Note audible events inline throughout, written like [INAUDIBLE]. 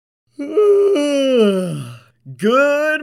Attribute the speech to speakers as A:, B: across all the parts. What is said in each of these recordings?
A: [SIGHS] Good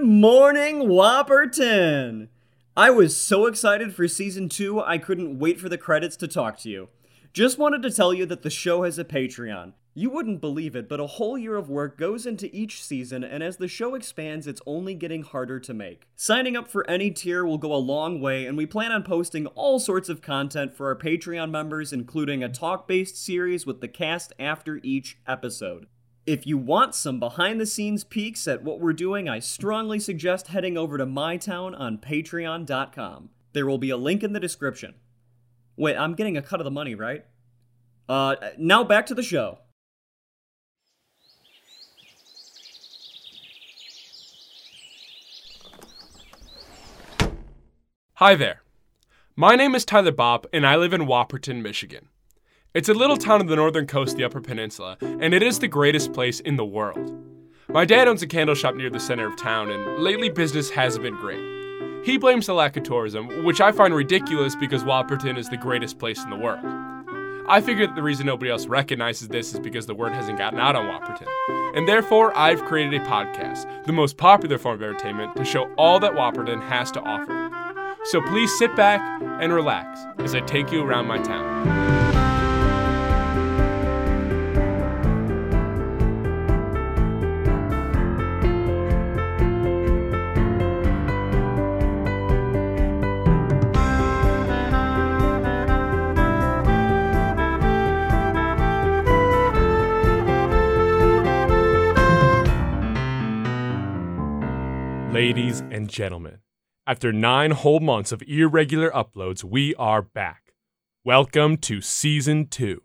A: morning, Whopperton! I was so excited for season two, I couldn't wait for the credits to talk to you. Just wanted to tell you that the show has a Patreon. You wouldn't believe it, but a whole year of work goes into each season, and as the show expands, it's only getting harder to make. Signing up for any tier will go a long way, and we plan on posting all sorts of content for our Patreon members, including a talk based series with the cast after each episode. If you want some behind the scenes peeks at what we're doing, I strongly suggest heading over to my town on patreon.com. There will be a link in the description. Wait, I'm getting a cut of the money, right? Uh, now back to the show.
B: Hi there. My name is Tyler Bopp, and I live in Whopperton, Michigan. It's a little town on the northern coast of the Upper Peninsula, and it is the greatest place in the world. My dad owns a candle shop near the center of town, and lately business hasn't been great. He blames the lack of tourism, which I find ridiculous because Whopperton is the greatest place in the world. I figure that the reason nobody else recognizes this is because the word hasn't gotten out on Whopperton, and therefore I've created a podcast, the most popular form of entertainment, to show all that Whopperton has to offer. So please sit back and relax as I take you around my town. Ladies and gentlemen, after nine whole months of irregular uploads, we are back. Welcome to season two.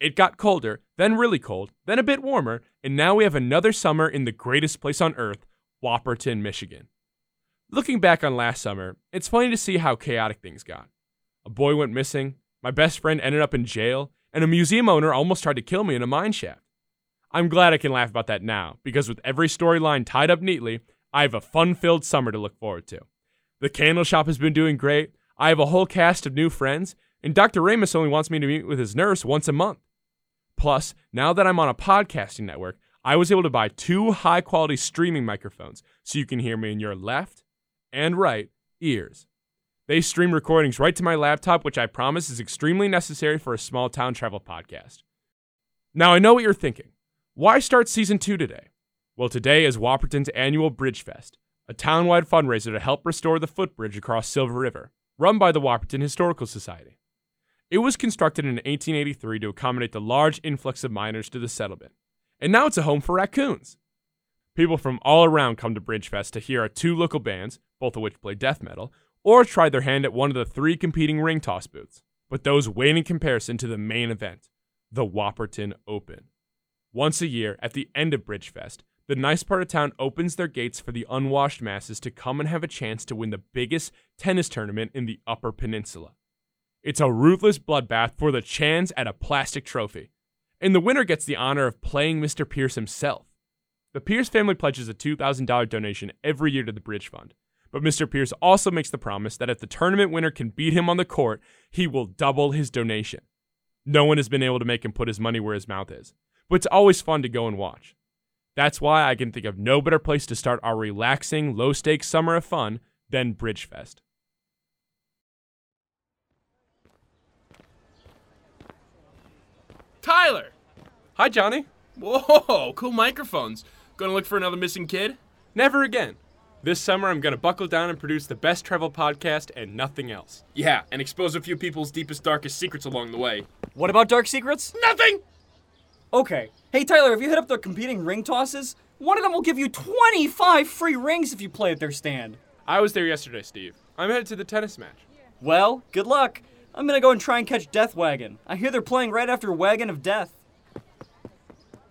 B: It got colder, then really cold, then a bit warmer, and now we have another summer in the greatest place on earth, Whopperton, Michigan. Looking back on last summer, it's funny to see how chaotic things got. A boy went missing, my best friend ended up in jail, and a museum owner almost tried to kill me in a mine shaft. I'm glad I can laugh about that now, because with every storyline tied up neatly, I have a fun filled summer to look forward to. The candle shop has been doing great, I have a whole cast of new friends, and Dr. Ramus only wants me to meet with his nurse once a month. Plus, now that I'm on a podcasting network, I was able to buy two high quality streaming microphones so you can hear me in your left and right ears. They stream recordings right to my laptop, which I promise is extremely necessary for a small town travel podcast. Now, I know what you're thinking. Why start season two today? Well, today is Whopperton's annual Bridge Fest, a townwide fundraiser to help restore the footbridge across Silver River, run by the Whopperton Historical Society. It was constructed in 1883 to accommodate the large influx of miners to the settlement, and now it's a home for raccoons. People from all around come to Bridgefest to hear our two local bands, both of which play death metal, or try their hand at one of the three competing ring toss booths. But those wane in comparison to the main event, the Whopperton Open. Once a year, at the end of Bridgefest, the nice part of town opens their gates for the unwashed masses to come and have a chance to win the biggest tennis tournament in the Upper Peninsula. It's a ruthless bloodbath for the chance at a plastic trophy, and the winner gets the honor of playing Mr. Pierce himself. The Pierce family pledges a $2,000 donation every year to the Bridge Fund, but Mr. Pierce also makes the promise that if the tournament winner can beat him on the court, he will double his donation. No one has been able to make him put his money where his mouth is, but it's always fun to go and watch. That's why I can think of no better place to start our relaxing, low stakes summer of fun than Bridgefest.
C: Tyler!
B: Hi, Johnny.
C: Whoa, cool microphones. Gonna look for another missing kid?
B: Never again. This summer, I'm going to buckle down and produce the best travel podcast and nothing else.
C: Yeah, and expose a few people's deepest, darkest secrets along the way.
D: What about Dark Secrets?
C: Nothing!
A: Okay.
D: Hey Tyler, have you hit up their competing ring tosses? One of them will give you 25 free rings if you play at their stand.
B: I was there yesterday, Steve. I'm headed to the tennis match.
D: Well, good luck. I'm gonna go and try and catch Death Wagon. I hear they're playing right after Wagon of Death.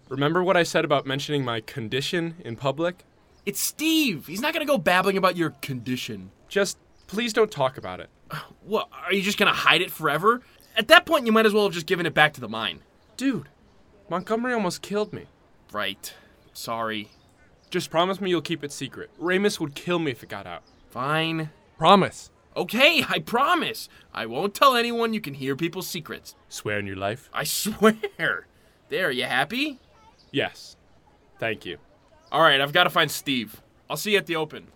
B: Remember what I said about mentioning my condition in public?
C: It's Steve! He's not gonna go babbling about your condition.
B: Just please don't talk about it.
C: [SIGHS] What, are you just gonna hide it forever? At that point, you might as well have just given it back to the mine.
B: Dude, Montgomery almost killed me.
C: Right. Sorry.
B: Just promise me you'll keep it secret. Ramus would kill me if it got out.
C: Fine.
B: Promise.
C: Okay, I promise. I won't tell anyone you can hear people's secrets.
B: Swear in your life?
C: I [LAUGHS] swear. There, you happy?
B: Yes. Thank you.
C: All right, I've got to find Steve. I'll see you at the open.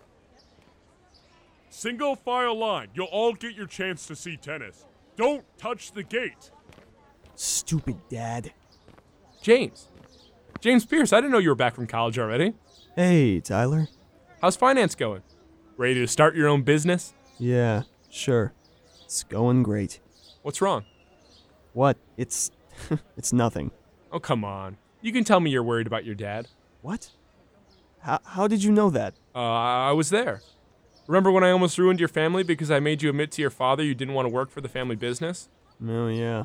E: Single file line. You'll all get your chance to see tennis. Don't touch the gate.
F: Stupid dad.
B: James. James Pierce, I didn't know you were back from college already.
F: Hey, Tyler.
B: How's finance going? Ready to start your own business?
F: Yeah, sure. It's going great.
B: What's wrong?
F: What? It's. [LAUGHS] it's nothing.
B: Oh, come on. You can tell me you're worried about your dad.
F: What? How, how did you know that?
B: Uh, I was there. Remember when I almost ruined your family because I made you admit to your father you didn't want to work for the family business?
F: Oh, yeah.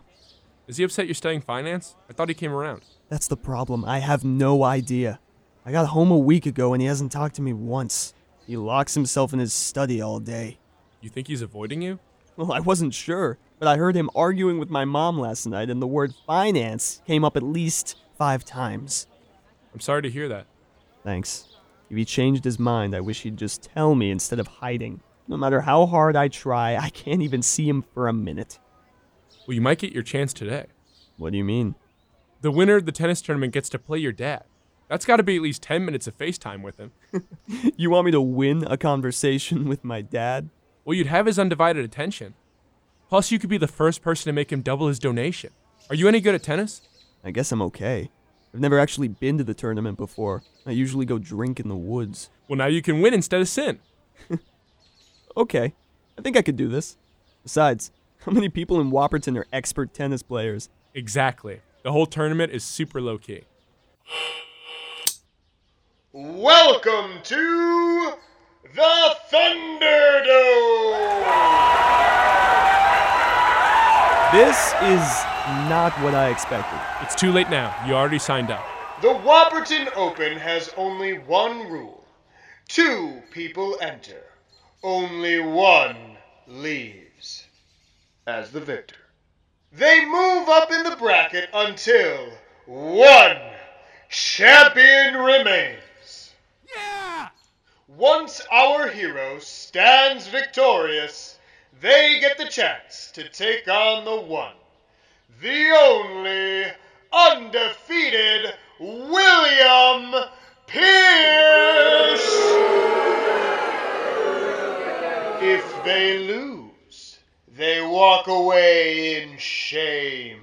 B: Is he upset you're studying finance? I thought he came around.
F: That's the problem. I have no idea. I got home a week ago and he hasn't talked to me once. He locks himself in his study all day.
B: You think he's avoiding you?
F: Well, I wasn't sure, but I heard him arguing with my mom last night, and the word finance came up at least five times.
B: I'm sorry to hear that.
F: Thanks. If he changed his mind, I wish he'd just tell me instead of hiding. No matter how hard I try, I can't even see him for a minute.
B: Well, you might get your chance today.
F: What do you mean?
B: The winner of the tennis tournament gets to play your dad. That's got to be at least 10 minutes of FaceTime with him.
F: [LAUGHS] You want me to win a conversation [LAUGHS] with my dad?
B: Well, you'd have his undivided attention. Plus, you could be the first person to make him double his donation. Are you any good at tennis?
F: I guess I'm okay. I've never actually been to the tournament before. I usually go drink in the woods.
B: Well, now you can win instead of sin.
F: Okay, I think I could do this. Besides, [LAUGHS] how many people in Whopperton are expert tennis players?
B: Exactly. The whole tournament is super low key.
G: Welcome to the Thunderdome!
F: This is not what I expected.
B: It's too late now. You already signed up.
G: The Whopperton Open has only one rule two people enter, only one leaves as the victor. They move up in the bracket until one champion remains. Once our hero stands victorious, they get the chance to take on the one, the only, undefeated William Pierce. If they lose, they walk away in shame.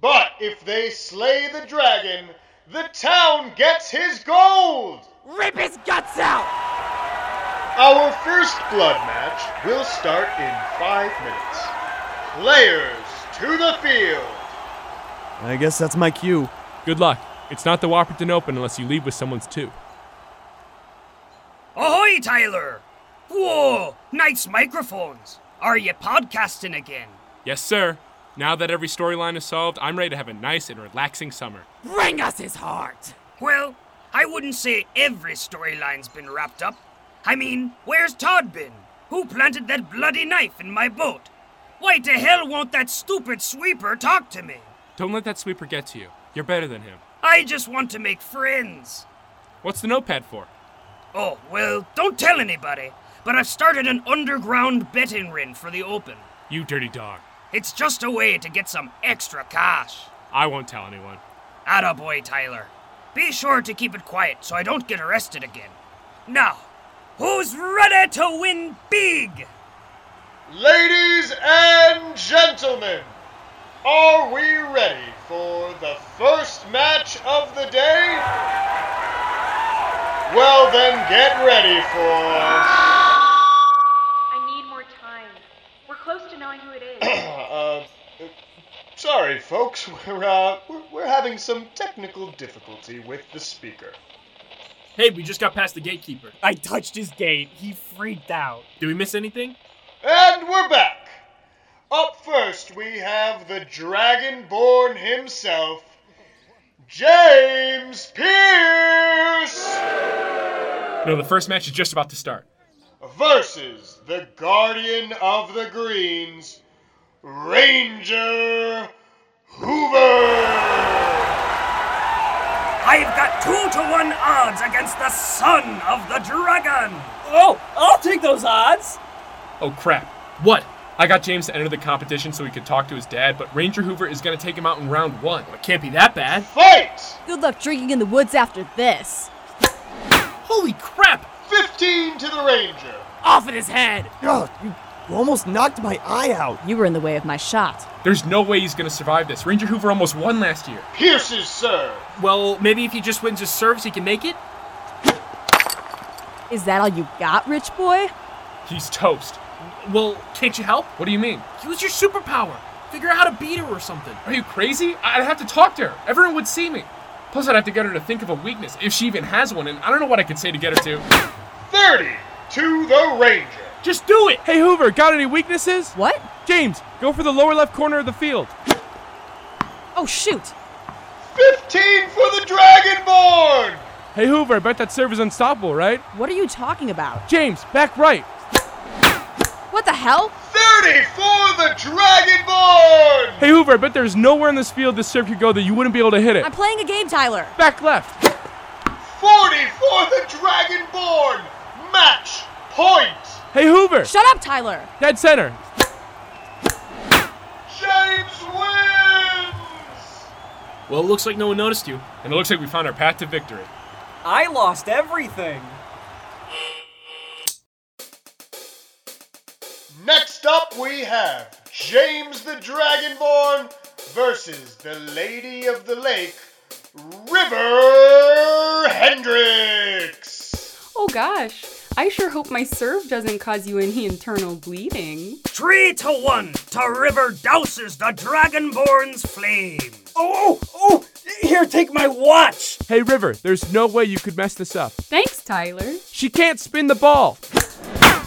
G: But if they slay the dragon, the town gets his gold!
H: Rip his guts out!
G: Our first blood match will start in five minutes. Players to the field!
F: I guess that's my cue.
B: Good luck. It's not the Whopperton Open unless you leave with someone's too.
H: Ahoy, Tyler! Whoa, nice microphones. Are you podcasting again?
B: Yes, sir. Now that every storyline is solved, I'm ready to have a nice and relaxing summer.
I: Bring us his heart!
H: Well, I wouldn't say every storyline's been wrapped up. I mean, where's Todd been? Who planted that bloody knife in my boat? Why the hell won't that stupid sweeper talk to me?
B: Don't let that sweeper get to you. You're better than him.
H: I just want to make friends.
B: What's the notepad for?
H: Oh, well, don't tell anybody, but I've started an underground betting ring for the open.
B: You dirty dog.
H: It's just a way to get some extra cash.
B: I won't tell anyone.
H: Attaboy, Tyler. Be sure to keep it quiet so I don't get arrested again. Now, who's ready to win big?
G: Ladies and gentlemen, are we ready for the first match of the day? Well, then get ready for.
J: I need more time. We're close to knowing who it is.
G: Uh, sorry, folks, [LAUGHS] we're, uh, we're, we're having some technical difficulty with the speaker.
C: Hey, we just got past the gatekeeper.
I: I touched his gate. He freaked out.
C: Did we miss anything?
G: And we're back! Up first, we have the Dragonborn himself, James Pierce,
C: No, the first match is just about to start.
G: versus the Guardian of the Greens, Ranger Hoover!
H: I've got two to one odds against the son of the dragon.
D: Oh, I'll take those odds.
B: Oh crap. What? I got James to enter the competition so he could talk to his dad, but Ranger Hoover is gonna take him out in round one. it can't be that bad.
G: Fight!
K: Good luck drinking in the woods after this.
G: Holy crap! 15 to the Ranger.
I: Off in his head!
F: Oh, you almost knocked my eye out.
K: You were in the way of my shot.
B: There's no way he's gonna survive this. Ranger Hoover almost won last year.
G: Pierces serve.
C: Well, maybe if he just wins his serves, he can make it?
K: Is that all you got, rich boy?
B: He's toast.
C: Well, can't you help?
B: What do you mean?
C: Use your superpower. Figure out how to beat her or something.
B: Are you crazy? I- I'd have to talk to her. Everyone would see me. Plus, I'd have to get her to think of a weakness, if she even has one, and I don't know what I could say to get her to.
G: 30 to the Ranger.
B: Just do it! Hey, Hoover, got any weaknesses?
K: What?
B: James, go for the lower left corner of the field.
K: Oh, shoot.
G: 15 for the Dragonborn.
B: Hey, Hoover, I bet that serve is unstoppable, right?
K: What are you talking about?
B: James, back right.
K: What the hell?
G: 30 for the Dragonborn.
B: Hey, Hoover, I bet there's nowhere in this field this serve could go that you wouldn't be able to hit it.
K: I'm playing a game, Tyler.
B: Back left.
G: 40 for the Dragonborn. Match point.
B: Hey, Hoover.
K: Shut up, Tyler.
B: Dead center.
G: James wins.
C: Well, it looks like no one noticed you. And it looks like we found our path to victory.
D: I lost everything.
G: Next up, we have James the Dragonborn versus the Lady of the Lake, River Hendricks.
L: Oh gosh, I sure hope my serve doesn't cause you any internal bleeding.
H: Three to one to River douses the Dragonborn's flame.
I: Oh, oh, oh! Here, take my watch!
B: Hey, River, there's no way you could mess this up.
L: Thanks, Tyler.
B: She can't spin the ball.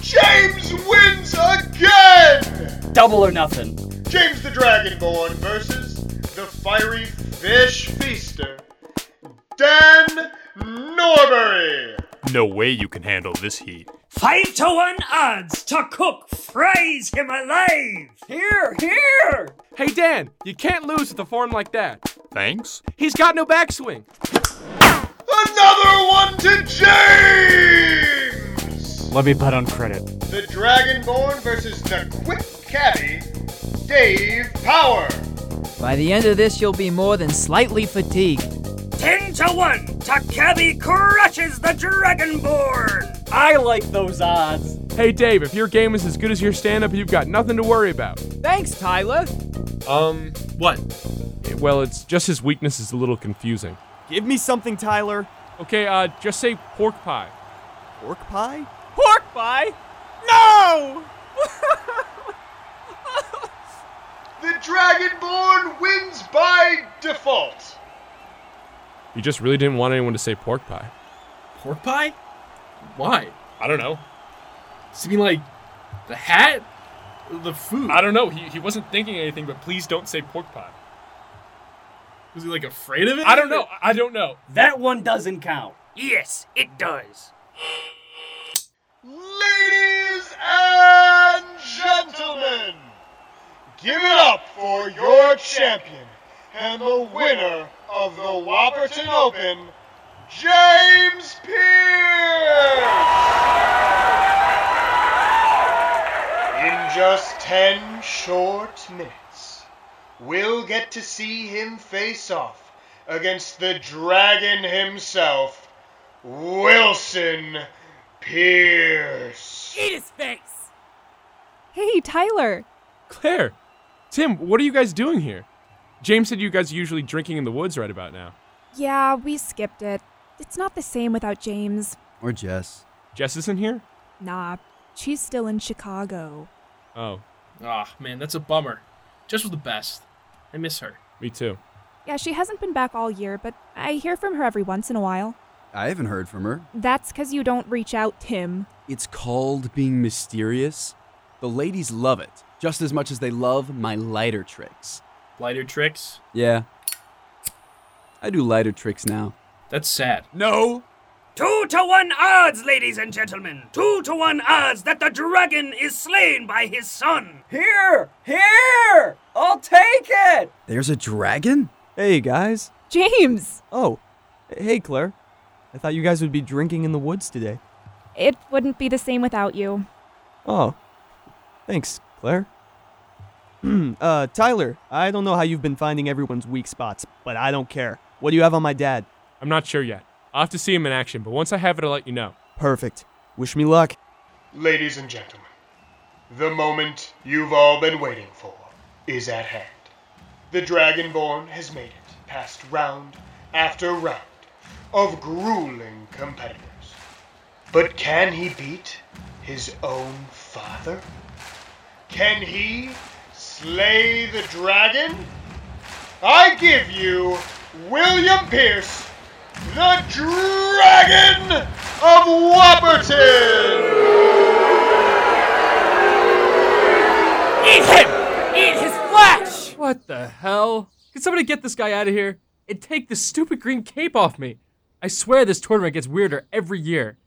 G: James wins again.
D: Double or nothing.
G: James the Dragonborn versus the fiery fish feaster, Dan Norbury.
M: No way you can handle this heat.
H: Five to one odds to Cook fries him alive.
D: Here, here!
B: Hey, Dan, you can't lose with a form like that.
M: Thanks.
B: He's got no backswing.
G: Another one to James.
N: Let me bet on credit.
G: The Dragonborn versus the quick caddy, Dave Power.
O: By the end of this, you'll be more than slightly fatigued.
H: Ten to one to Cabby crushes the Dragonborn.
D: I like those odds.
B: Hey, Dave, if your game is as good as your stand up, you've got nothing to worry about.
O: Thanks, Tyler.
B: Um,
C: What?
B: well, it's just his weakness is a little confusing.
F: Give me something, Tyler.
B: Okay, uh, just say pork pie.
F: Pork pie?
D: Pork pie? No!
G: The Dragonborn wins by default.
B: You just really didn't want anyone to say pork pie.
C: Pork pie? Why?
B: I don't know.
C: Does it mean like the hat? The food?
B: I don't know. He, he wasn't thinking anything, but please don't say pork pie.
C: Was he like afraid of it?
B: I don't know. I don't know.
D: That one doesn't count.
H: Yes, it does.
G: Ladies and gentlemen, give it up for your champion and the winner of the Whopperton Open, James Pierce. In just 10 short minutes, we'll get to see him face off against the dragon himself, Wilson Pierce.
I: Eat his face!
K: Hey, Tyler.
B: Claire, Tim, what are you guys doing here? James said you guys are usually drinking in the woods right about now.
P: Yeah, we skipped it. It's not the same without James.
N: Or Jess.
B: Jess isn't here?
P: Nah, she's still in Chicago.
B: Oh,
C: Ah, man, that's a bummer. Jess was the best. I miss her.
B: me too.
P: Yeah, she hasn't been back all year, but I hear from her every once in a while.
N: I haven't heard from her.
P: That's 'cause you don't reach out, Tim.
N: It's called being mysterious. The ladies love it, just as much as they love my lighter tricks.
C: Lighter tricks.
N: Yeah. I do lighter tricks now.
C: That's sad.
N: No!
H: Two to one odds, ladies and gentlemen. Two to one odds that the dragon is slain by his son.
D: Here, here! I'll take it!
N: There's a dragon?
F: Hey, guys.
P: James!
F: Oh, hey, Claire. I thought you guys would be drinking in the woods today.
P: It wouldn't be the same without you.
F: Oh, Thanks, Claire. [CLEARS THROAT] uh, Tyler, I don't know how you've been finding everyone's weak spots, but I don't care. What do you have on my dad?
B: I'm not sure yet. I'll have to see him in action, but once I have it, I'll let you know.
F: Perfect. Wish me luck.
G: Ladies and gentlemen, the moment you've all been waiting for is at hand. The Dragonborn has made it past round after round of grueling competitors. But can he beat his own father? Can he slay the dragon? I give you William Pierce, the Dragon of Whopperton!
I: Eat him! Eat his flesh!
B: What the hell? Can somebody get this guy out of here and take this stupid green cape off me? I swear this tournament gets weirder every year.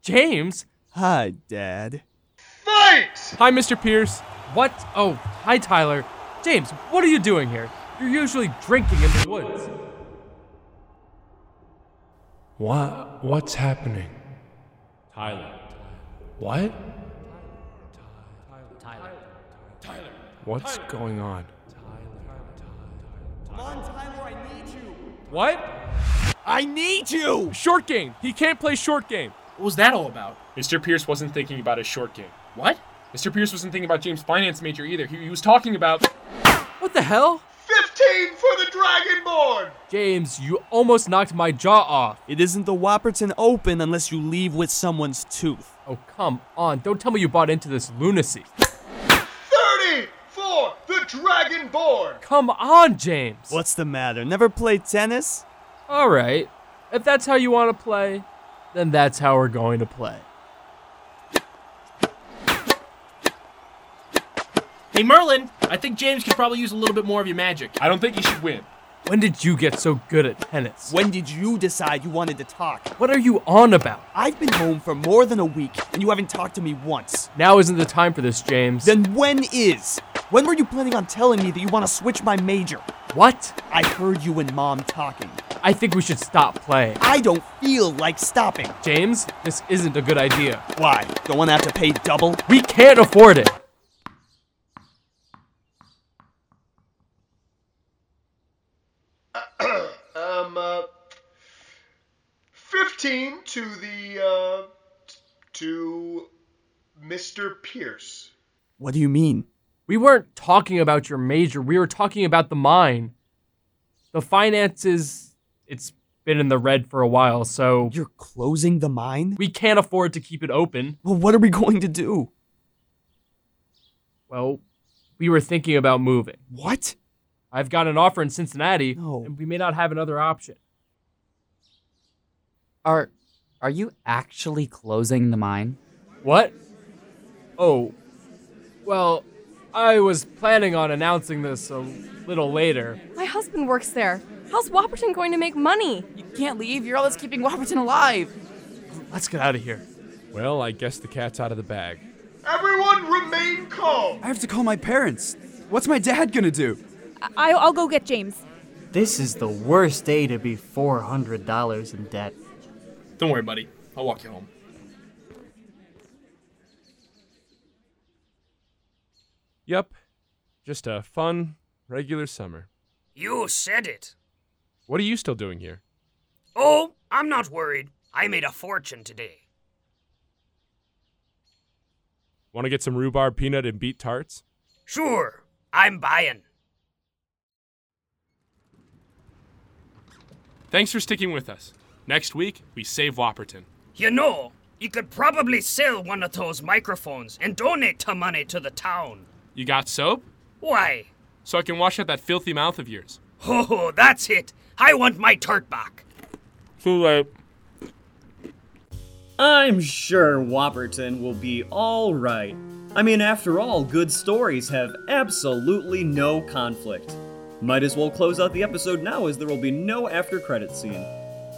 B: James?
F: Hi, Dad.
G: Fight!
B: Hi, Mr. Pierce. What? Oh, hi, Tyler. James, what are you doing here? You're usually drinking in the woods.
Q: What? What's happening? Tyler. What? What's going on?
F: Come on, Tyler, I need you.
B: What?
F: I need you!
B: Short game. He can't play short game.
C: What was that all about?
B: Mr. Pierce wasn't thinking about his short game.
C: What?
B: Mr. Pierce wasn't thinking about James' finance major either. He, he was talking about. What the hell?
G: 15 for the Dragonborn!
B: James, you almost knocked my jaw off.
F: It isn't the Whopperton Open unless you leave with someone's tooth.
B: Oh, come on. Don't tell me you bought into this lunacy.
G: for the Dragonborn!
B: Come on, James.
F: What's the matter? Never played tennis?
B: All right. If that's how you want to play, then that's how we're going to play.
C: Hey, Merlin, I think James could probably use a little bit more of your magic. I don't think he should win.
B: When did you get so good at tennis?
F: When did you decide you wanted to talk?
B: What are you on about?
F: I've been home for more than a week, and you haven't talked to me once.
B: Now isn't the time for this, James.
F: Then when is? When were you planning on telling me that you want to switch my major?
B: What?
F: I heard you and Mom talking.
B: I think we should stop playing.
F: I don't feel like stopping.
B: James, this isn't a good idea.
F: Why? Don't want to have to pay double?
B: We can't afford it.
G: um, uh, 15 to the, uh, t- to Mr. Pierce.
F: What do you mean?
B: We weren't talking about your major. We were talking about the mine. The finances, it's been in the red for a while, so.
F: You're closing the mine?
B: We can't afford to keep it open.
F: Well, what are we going to do?
B: Well, we were thinking about moving.
F: What?
B: I've got an offer in Cincinnati,
F: no.
B: and we may not have another option.
R: Are are you actually closing the mine?
B: What? Oh. Well, I was planning on announcing this a little later.
K: My husband works there. How's Whopperton going to make money?
R: You can't leave. You're all that's keeping Whopperton alive.
B: Let's get out of here. Well, I guess the cat's out of the bag.
G: Everyone remain calm.
N: I have to call my parents. What's my dad gonna do?
P: I- I'll go get James.
S: This is the worst day to be $400 in debt.
C: Don't worry, buddy. I'll walk you home.
B: Yep. Just a fun, regular summer.
H: You said it.
B: What are you still doing here?
H: Oh, I'm not worried. I made a fortune today.
B: Want to get some rhubarb peanut and beet tarts?
H: Sure, I'm buying.
B: Thanks for sticking with us. Next week, we save Whopperton.
H: You know, you could probably sell one of those microphones and donate the money to the town.
B: You got soap?
H: Why?
B: So I can wash out that filthy mouth of yours.
H: Oh, that's it. I want my tart back.
B: Too late.
A: I'm sure Whopperton will be alright. I mean, after all, good stories have absolutely no conflict. Might as well close out the episode now as there will be no after credit scene.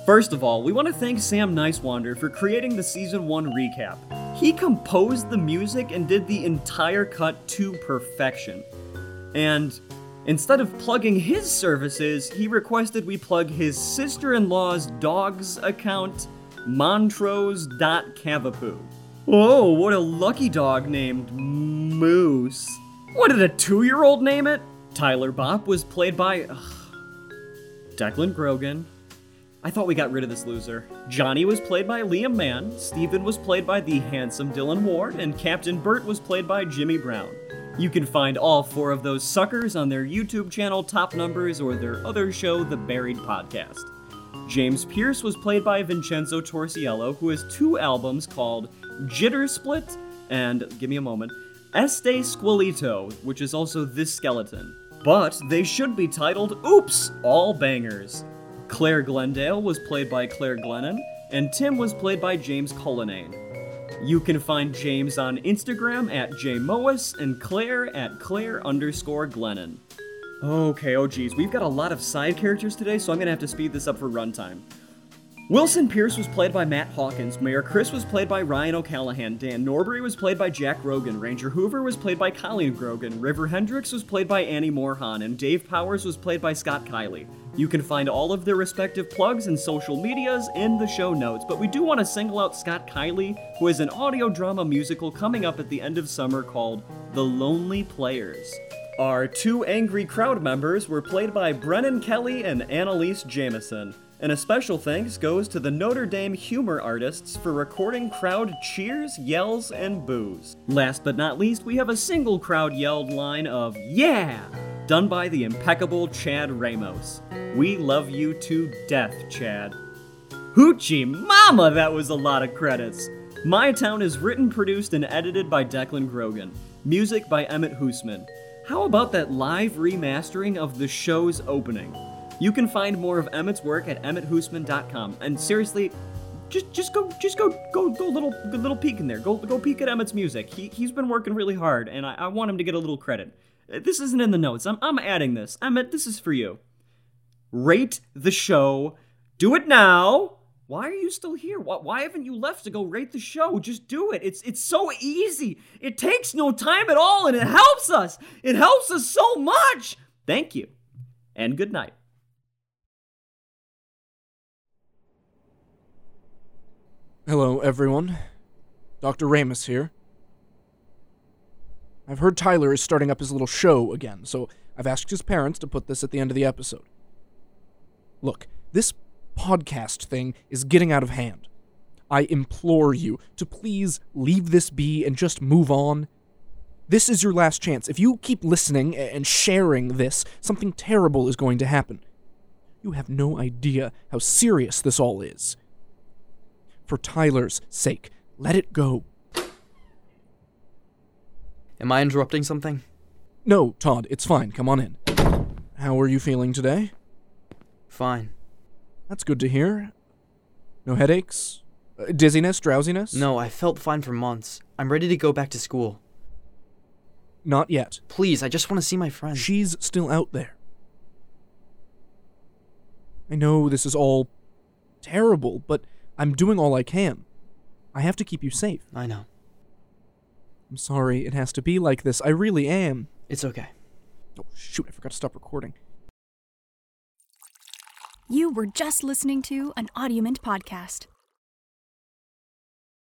A: First of all, we want to thank Sam Nicewander for creating the season 1 recap. He composed the music and did the entire cut to perfection. And instead of plugging his services, he requested we plug his sister-in-law's dog's account, montrose.cavapoo. Oh, what a lucky dog named Moose. What did a two year old name it? Tyler Bopp was played by ugh, Declan Grogan. I thought we got rid of this loser. Johnny was played by Liam Mann, Stephen was played by the handsome Dylan Ward, and Captain Bert was played by Jimmy Brown. You can find all four of those suckers on their YouTube channel Top Numbers or their other show, The Buried Podcast. James Pierce was played by Vincenzo Torsiello, who has two albums called Jitter Split and, give me a moment, Este Squelito, which is also This Skeleton. But they should be titled Oops! All Bangers. Claire Glendale was played by Claire Glennon, and Tim was played by James Cullinane. You can find James on Instagram at jmois and Claire at Claire underscore Glennon. Okay, oh geez, we've got a lot of side characters today, so I'm gonna have to speed this up for runtime. Wilson Pierce was played by Matt Hawkins, Mayor Chris was played by Ryan O'Callahan, Dan Norbury was played by Jack Rogan, Ranger Hoover was played by Colleen Grogan, River Hendricks was played by Annie Morhan, and Dave Powers was played by Scott Kiley. You can find all of their respective plugs and social medias in the show notes, but we do want to single out Scott Kiley, who has an audio drama musical coming up at the end of summer called The Lonely Players. Our two angry crowd members were played by Brennan Kelly and Annalise Jamison. And a special thanks goes to the Notre Dame humor artists for recording crowd cheers, yells, and boos. Last but not least, we have a single crowd yelled line of Yeah! done by the impeccable Chad Ramos. We love you to death, Chad. Hoochie Mama, that was a lot of credits. My Town is written, produced, and edited by Declan Grogan. Music by Emmett Hoosman. How about that live remastering of the show's opening? You can find more of Emmett's work at emmetthoosman.com. And seriously, just just go just go go go little go little peek in there. Go go peek at Emmett's music. He he's been working really hard, and I, I want him to get a little credit. Uh, This isn't in the notes. I'm I'm adding this. Emmett, this is for you. Rate the show. Do it now. Why are you still here? Why, why haven't you left to go rate the show? Just do it. It's it's so easy. It takes no time at all, and it helps us. It helps us so much. Thank you, and good night.
T: Hello, everyone. Dr. Ramus here. I've heard Tyler is starting up his little show again, so I've asked his parents to put this at the end of the episode. Look, this podcast thing is getting out of hand. I implore you to please leave this be and just move on. This is your last chance. If you keep listening a- and sharing this, something terrible is going to happen. You have no idea how serious this all is. For Tyler's sake, let it go.
U: Am I interrupting something?
T: No, Todd, it's fine. Come on in. How are you feeling today?
U: Fine.
T: That's good to hear. No headaches? Uh, dizziness? Drowsiness?
U: No, I felt fine for months. I'm ready to go back to school.
T: Not yet.
U: Please, I just want to see my friend.
T: She's still out there. I know this is all terrible, but I'm doing all I can. I have to keep you safe.
U: I know.
T: I'm sorry it has to be like this. I really am.
U: It's okay.
T: Oh, shoot, I forgot to stop recording.
V: You were just listening to an Audiment podcast.